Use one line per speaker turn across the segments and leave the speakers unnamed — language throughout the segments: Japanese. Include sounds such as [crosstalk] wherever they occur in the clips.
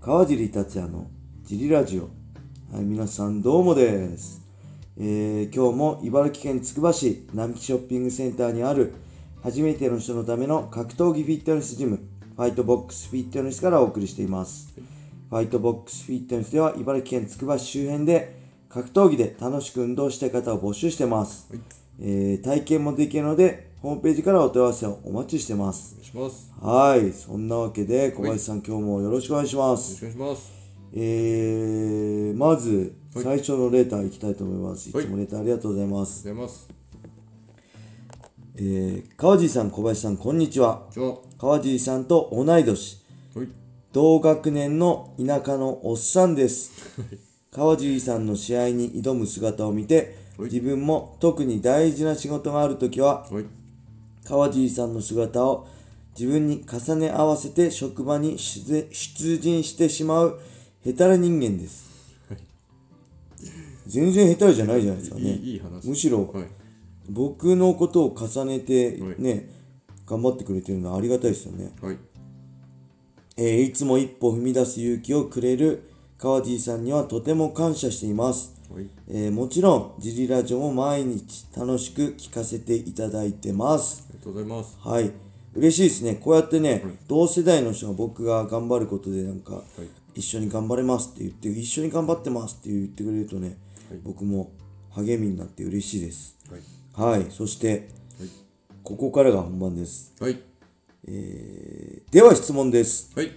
川尻達也のジリラジオ。はい、皆さんどうもです。えー今日も茨城県つくば市並木ショッピングセンターにある初めての人のための格闘技フィットネスジム、ファイトボックスフィットネスからお送りしています。ファイトボックスフィットネスでは茨城県つくば市周辺で格闘技で楽しく運動したい方を募集してます。えー体験もできるので、ホームページからお問い合わせをお待ちしてます
お。願いします。
はい、そんなわけで小林さん、今日もよろしくお願いしま
よ
す。
ろしくお願いします。
えー、まず、
はい
最初のレターいきたいと思います。い
はい
つもレターありがとうございます。
ありがとうございます。
えー、川尻さん、小林さん、こんにちは。
じゃあ、
川尻さんと同い年、
はい。
同学年の田舎のおっさんです。川尻さんの試合に挑む姿を見て、
はい
自分も特に大事な仕事があるときは、
はい。
川尻さんの姿を自分に重ね合わせて職場に出出陣してしまうヘタレ人間です。全然ヘタレじゃないじゃないですか
いい
ね。
いい話。
むしろ
はい。
僕のことを重ねて
はい
ね、頑張ってくれてるのはありがたいですよね。
はい。
えーいつも一歩踏み出す勇気をくれる川尻さんにはとても感謝しています。
はい。
えーもちろん、ジリラジオも毎日楽しく聞かせていただいてます。
ありがとうございます。
はい。嬉しいですね。こうやってね、同世代の人が僕が頑張ることでなんか、一緒に頑張れますって言って、一緒に頑張ってますって言ってくれるとね、僕も励みになって嬉しいです。
はい。
はい。そして、ここからが本番です。
はい。
では質問です。
はい。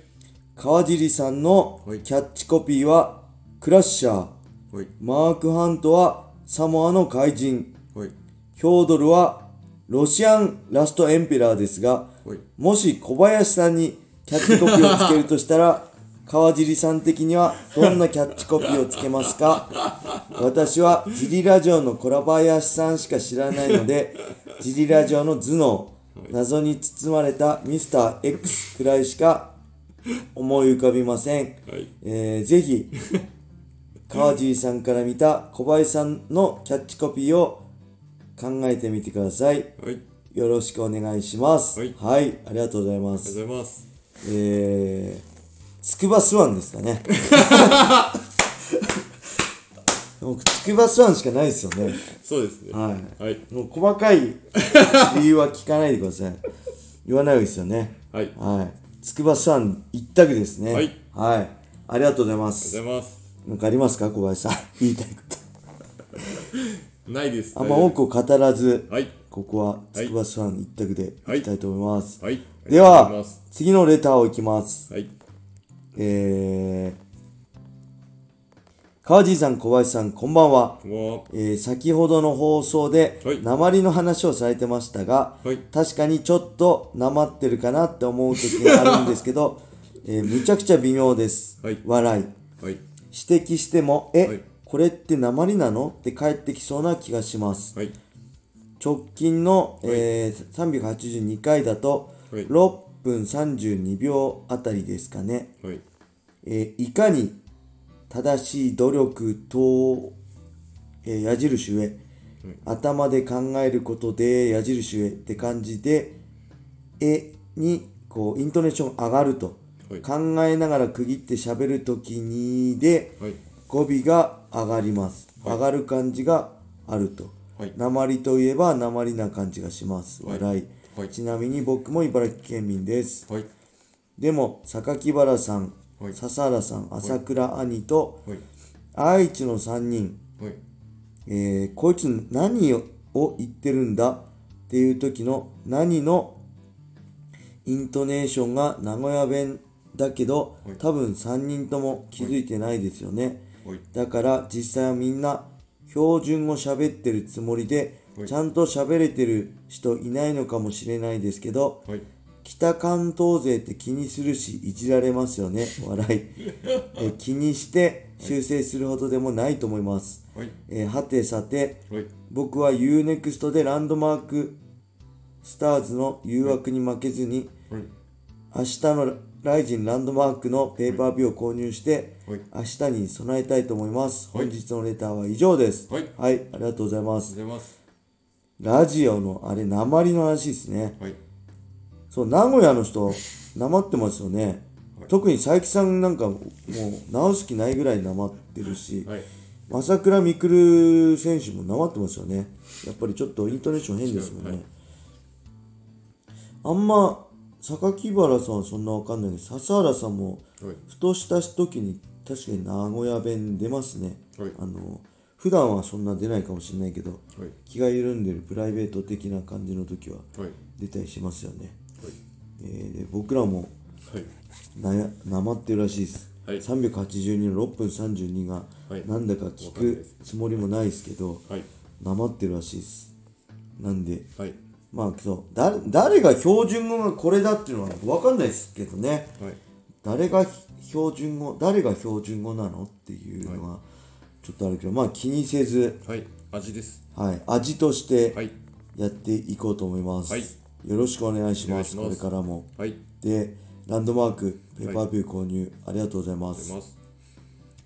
川尻さんの
はい
キャッチコピーは、クラッシャー。
はい。
マーク・ハントはサモアの怪人。
はい。
ヒョードルはロシアン・ラスト・エンペラーですが、
はい。
もし小林さんにキャッチコピーをつけるとしたら川尻さん的にはどんなキャッチコピーをつけますか私はジリラジオの小林さんしか知らないのでジリラジオの頭脳謎に包まれたミスター x くらいしか思い浮かびません、
はい
えーぜひ川尻さんから見た小林さんのキャッチコピーを考えてみてください
はい。あり
よろしくお願いします。は
はいい、
ありがとうございま
が
す。
とうございます。
えー、つくばスワンですか
[laughs]
ね。僕、つくばスワンしかないですよね。
そうですね。
は
はい。
もう細かい理由は聞かないでください。言わないですよね。
はい。ありがとう
はい。つくばスワン一択ですね。
はい。
はい。ありがとうございま
ござ
す。
います。
なんかありますか小
[laughs]
林さん。言いたいこと。
ないです。
あんま多くを語らず、
はい。
ここはつくばスワン一択でいきたいと思います。
はい。
で
ありがとうござい
は
ます、
次のレターをいきます。
はい。
えー、川地さん、小林さん、こんばんは。
こんばんは。
えー先ほどの放送で、
はい
鉛の話をされてましたが、
はい
確かにちょっと鉛ってるかなって思う時があるんですけ
[laughs]
ど、えーむちゃくちゃ微妙です。
はい
笑い。
はい。
指摘しても、え、
はい
これって鉛なのって返ってきそうな気がします。
はい。
直近の、えー382回だと、
はい
6分32秒あたりですかね。
はい。
えーいかに正しい努力と、えー矢印上、頭で考えることで矢印上って感じで「え」にこうイントネーション上がると、
はい
考えながら区切って喋るときにで、
はい
語尾が上がります、上がる感じがあると、
はい
鉛といえば鉛な感じがします
は
笑
い
い、
はい
ちなみに僕も茨城県民です
はい。
でも榊原さん、
はい
笹原さん朝倉兄と、
はい。
愛知の3人、
はい。
えーこいつ何をを言ってるんだっていう時の「何」のイントネーションが名古屋弁だけど、
はい
多分3人とも気づいてないですよね、
はい
だから実際はみんな標準語喋ってるつもりで、
はい
ちゃんと喋れてる人いないのかもしれないですけど、
はい。
北関東勢って気にするしいじられますよね笑いえ気にして修正するほどでもないと思います、
はい。
えーはてさて
はい。
僕は UNEXT でランドマークスターズの誘惑に負けずに
はい。
明日のライジンランドマークのペーパービューを購入して
はい
明日に備えたいと思います
は
本
い
日のレターは以上です
はい
はい、ありがとうございま
ご
す
ざいます。
ラジオのあれ鉛の話ですね
はい。
そう名古屋の人なまってますよね
はい。
特に佐伯さんなんかもう直す気ないぐらいなまってるし、
はい。
朝倉未来選手もなまってますよねやっぱりちょっとイントネーション変ですもんね、
はい
あんま榊原さんはそんなわかんないけど笹原さんも
はい。
ふとした時に確かに名古屋弁出ますね、
はい
あの普段はそんな出ないかもしれないけど
はい。
気が緩んでるプライベート的な感じの時は
はい。
出たりしますよね、えーで僕らも
はい。
なやなまってるらしいです、
はい
382の6分32が
はい
なんだか聞くつもりもないですけど
はい。
なまってるらしいですなんで
はい。
まあそうだ誰が標準語がこれだっていうのは分かんないですけどね
はい。
誰が標準語誰が標準語なのっていうのはちょっとあるけど、まあ気にせず、
はい。味です。
はい、味として
はい。
やっていこうと思います、
はい
よろしくお願いし
お願
ま
い
す
します
これからも
はい。
でランドマークペーパービュー購入、ありがとうございま
出
す
ます。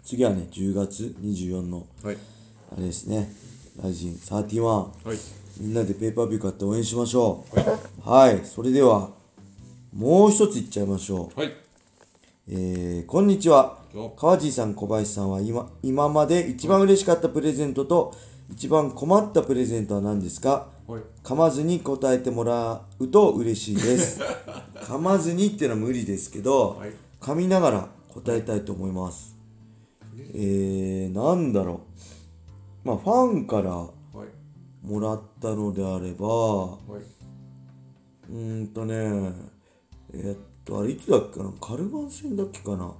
次はね10月24の
はい。
あれですねライジン31
はい。
みんなでペーパービュー買って応援しましょうはい、それではもう一ついっちゃいましょう
はい。
えーこんにちは
どうも
川地さん小林さんは今今まで一番嬉しかったプレゼントと一番困ったプレゼントは何ですか
はい。
噛まずに答えてもらうと嬉しいです [laughs] 噛まずにってのは無理ですけど、
はい
噛みながら答えたいと思います、えー、なんだろうまあファンから
はい。
もらったのであれば
はいう
ーんとねえっとあれいつだっけなカルバン戦だっけかな、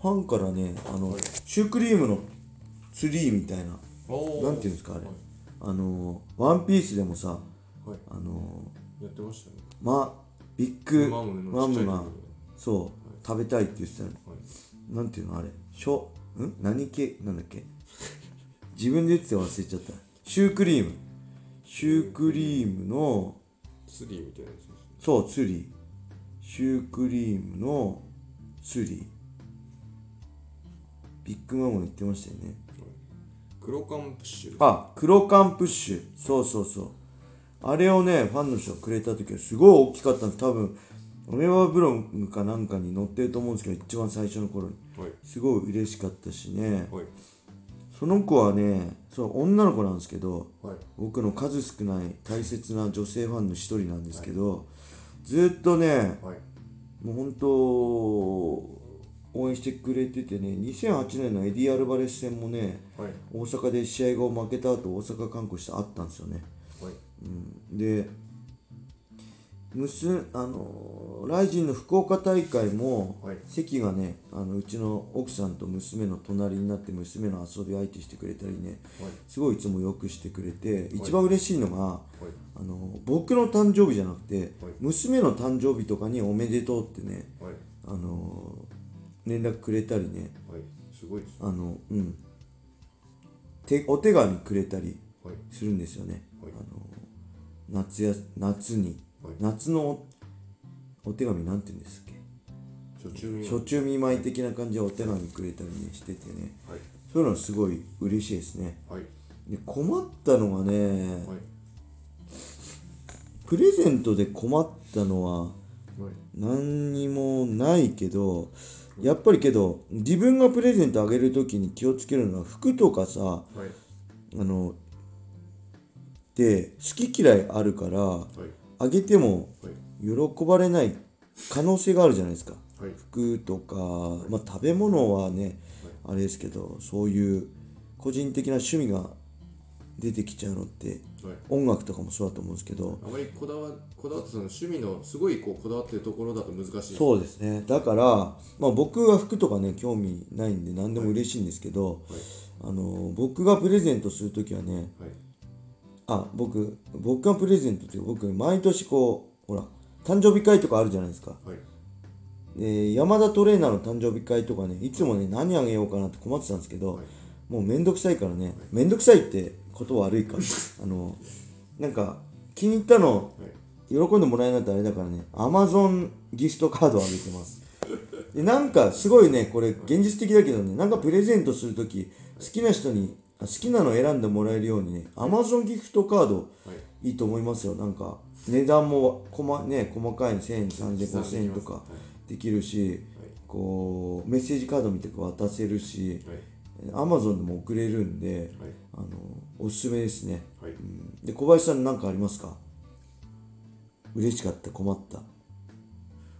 ファンからねあの、シュークリームのツリーみたいな
おー
なんていうんですかあれ、あのワンピースでもさ
はい。
あの
やってましたね。
まビッグ
マムの
マ
ちっちゃ
ム
い
が
とこ
そう、食べたいって言ってたの
はい。
なんていうのあれしょん何系なんだっけ自分で言ってた忘れちゃったシュークリームシュークリームの
ツリーみたいなやつですね。
そうツリーシュークリームのツリービッグマムが言ってましたよね
黒缶プッシュ。
あ黒缶プッシュそうそうそうあれをねファンの人がくれた時はすごい大きかったんです多分オメバブログかなんかに載ってると思うんですけど一番最初の頃に
はい。
すごい嬉しかったしね
はい。
その子はねそう女の子なんですけど
はい。
僕の数少ない大切な女性ファンの一人なんですけど、ずっとね
はい。
もう本当応援してくれててね2008年のエディ・アルバレス戦もね
はい。
大阪で試合後負けた後大阪観光してあったんですよね、
はい。
うん、で娘あのライジンの福岡大会も、
はい
席がねあのうちの奥さんと娘の隣になって娘の遊び相手してくれたりね
はい。
すごいいつもよくしてくれて一番嬉しいのが、
はい。
あの僕の誕生日じゃなくて、
はい
娘の誕生日とかに「おめでとう」ってね
はい。
あの連絡くれたりね
はい。すごいですね。
あのうんてお手紙くれたり
はい。
するんですよね、
はい
あの夏や夏に、
はい
夏のおお手紙なんて言うんですっけ
初中に。
初中見舞い的な感じでお手紙くれたりねしててね
はい。
そういうのすごい嬉しいですね
はい。
で困ったのがね、
はい。
プレゼントで困ったのは
はい。
何にもないけどやっぱりけど自分がプレゼントあげる時に気をつけるのは服とかさ
はい。
あので好き嫌いあるから
はい。
あげても
はい。
喜ばれない可能性があるじゃないですか
はい。
服とか、まあ、食べ物はねあれですけどそういう個人的な趣味が出てきちゃうのって
はい。
音楽とかもそうだと思うんですけど
あまりこだわこだわってその趣味のすごいこうこだわってるところだと難しい。
そうですねだから、まあ、僕は服とかね興味ないんで何でも嬉しいんですけど、あの僕がプレゼントする時はね
はい。
あ僕僕がプレゼントっていうか僕毎年こうほら誕生日会とかあるじゃないですか
はい。
で山田トレーナーの誕生日会とかねいつもね何あげようかなって困ってたんですけど、
はい
もうめんどくさいからねめんどくさいってこと悪いかあのなんか気に入ったの
はい。
喜んでもらえないとあれだからね Amazon ギフトカードをあげてますでなんかすごいねこれ現実的だけどねなんかプレゼントするとき好きな人にあ好きなの選んでもらえるようにね Amazon ギフトカード
はい。
いいと思いますよなんか値段もこま、ね、細かい1000円3000円5000円とかできるしこうメッセージカードみたいに渡せるし
はい
Amazon でも送れるんで
はい
あのおすすめですね、
はい、
うんで小林さん何かありますか嬉しかった困った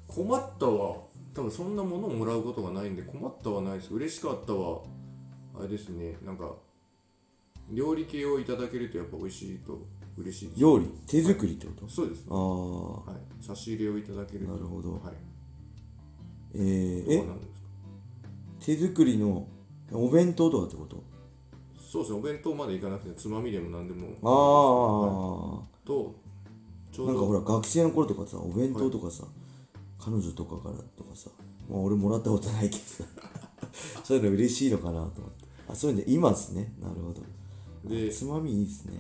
困ったは多分そんなものをもらうことがないんで困ったはないです嬉しかったはあれですねなんか料理系をいただけるとやっぱ美味しいと嬉しいです
料理手作りってこと
そうです
ああ
はい差し入れをいただけると
なるほど
はい
えー
どう
え
なんですか
手作りのお弁当とかってこと
そうですねお弁当までいかなくてつまみでも何でも
あ
は
あ、
いとちょう
なんかほ
ど
ら学生の頃とかさお弁当とかさ、彼女とかからとかさ、まあ、俺もらったことないけどさ [laughs] そういうの嬉しいのかなと思ってあそういうの今ですねなるほど
で
つまみいいですね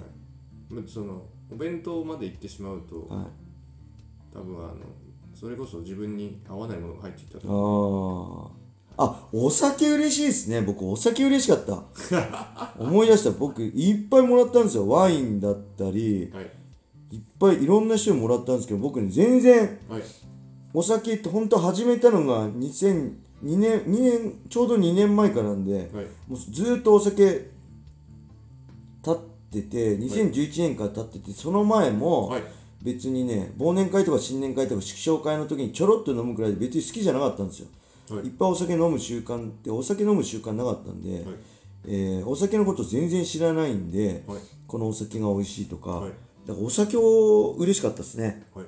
まそのお弁当まで行ってしまうと
はい
多分あのそれこそ自分に合わないものが入ってきたと
あああお酒嬉しいですね僕お酒嬉しかった
[laughs]
思い出した僕いっぱいもらったんですよワインだったり
はい
いっぱいいろんな人にもらったんですけど僕ね全然
はい
お酒って本当始めたのが2002年2年ちょうど2年前からなんで
はい
もうずーっとお酒立ってて2011年から立っててその前も
はい
別にね忘年会とか新年会とか祝勝会の時にちょろっと飲むくらいで別に好きじゃなかったんですよ
はい
いっぱいお酒飲む習慣ってお酒飲む習慣なかったんで、
はい
えーお酒のこと全然知らないんで、
はい
このお酒が美味しいとか、
はい
だからお酒を嬉しかったですね
はい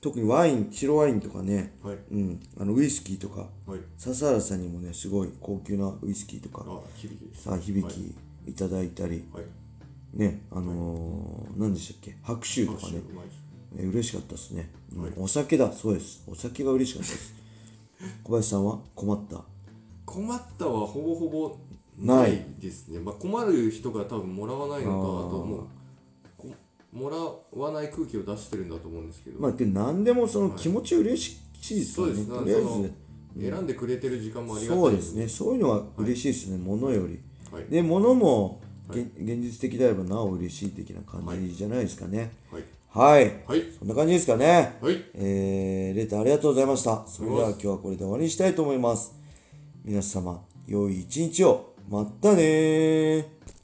特にワイン白ワインとかね、
はい
うん、あのウイスキーとか
はい
笹原さんにもねすごい高級なウイスキーとか
あ響きです
さあ響きいただいたり、
はい
ねあのー何でしたっけ白州とかね
うまいです
えー嬉しかったですね、うんお酒だそうですお酒が嬉しかったです [laughs] 小林さんは困った
困ったはほぼほぼ
な
ないいですね、まあ、困る人が多分もらわないのかと思うこもらわない空気を出してるんだと思うんですけど、
まあ、で何でもその気持ち嬉しいですか
そう
ら
です
ね、
ね
とりあえ
その
ず
選んでくれてる時間もありがたい
そうですねそういうのは嬉しいですね、物より
はい
で物も、げ現実的であればなお嬉しい的な感じじゃないですかね
はい
はい、
はい
そんな感じですかね
はい
えー、レターありがとうございましたそれでは今日はこれで終わりにしたいと思います皆様良い一日をまったねー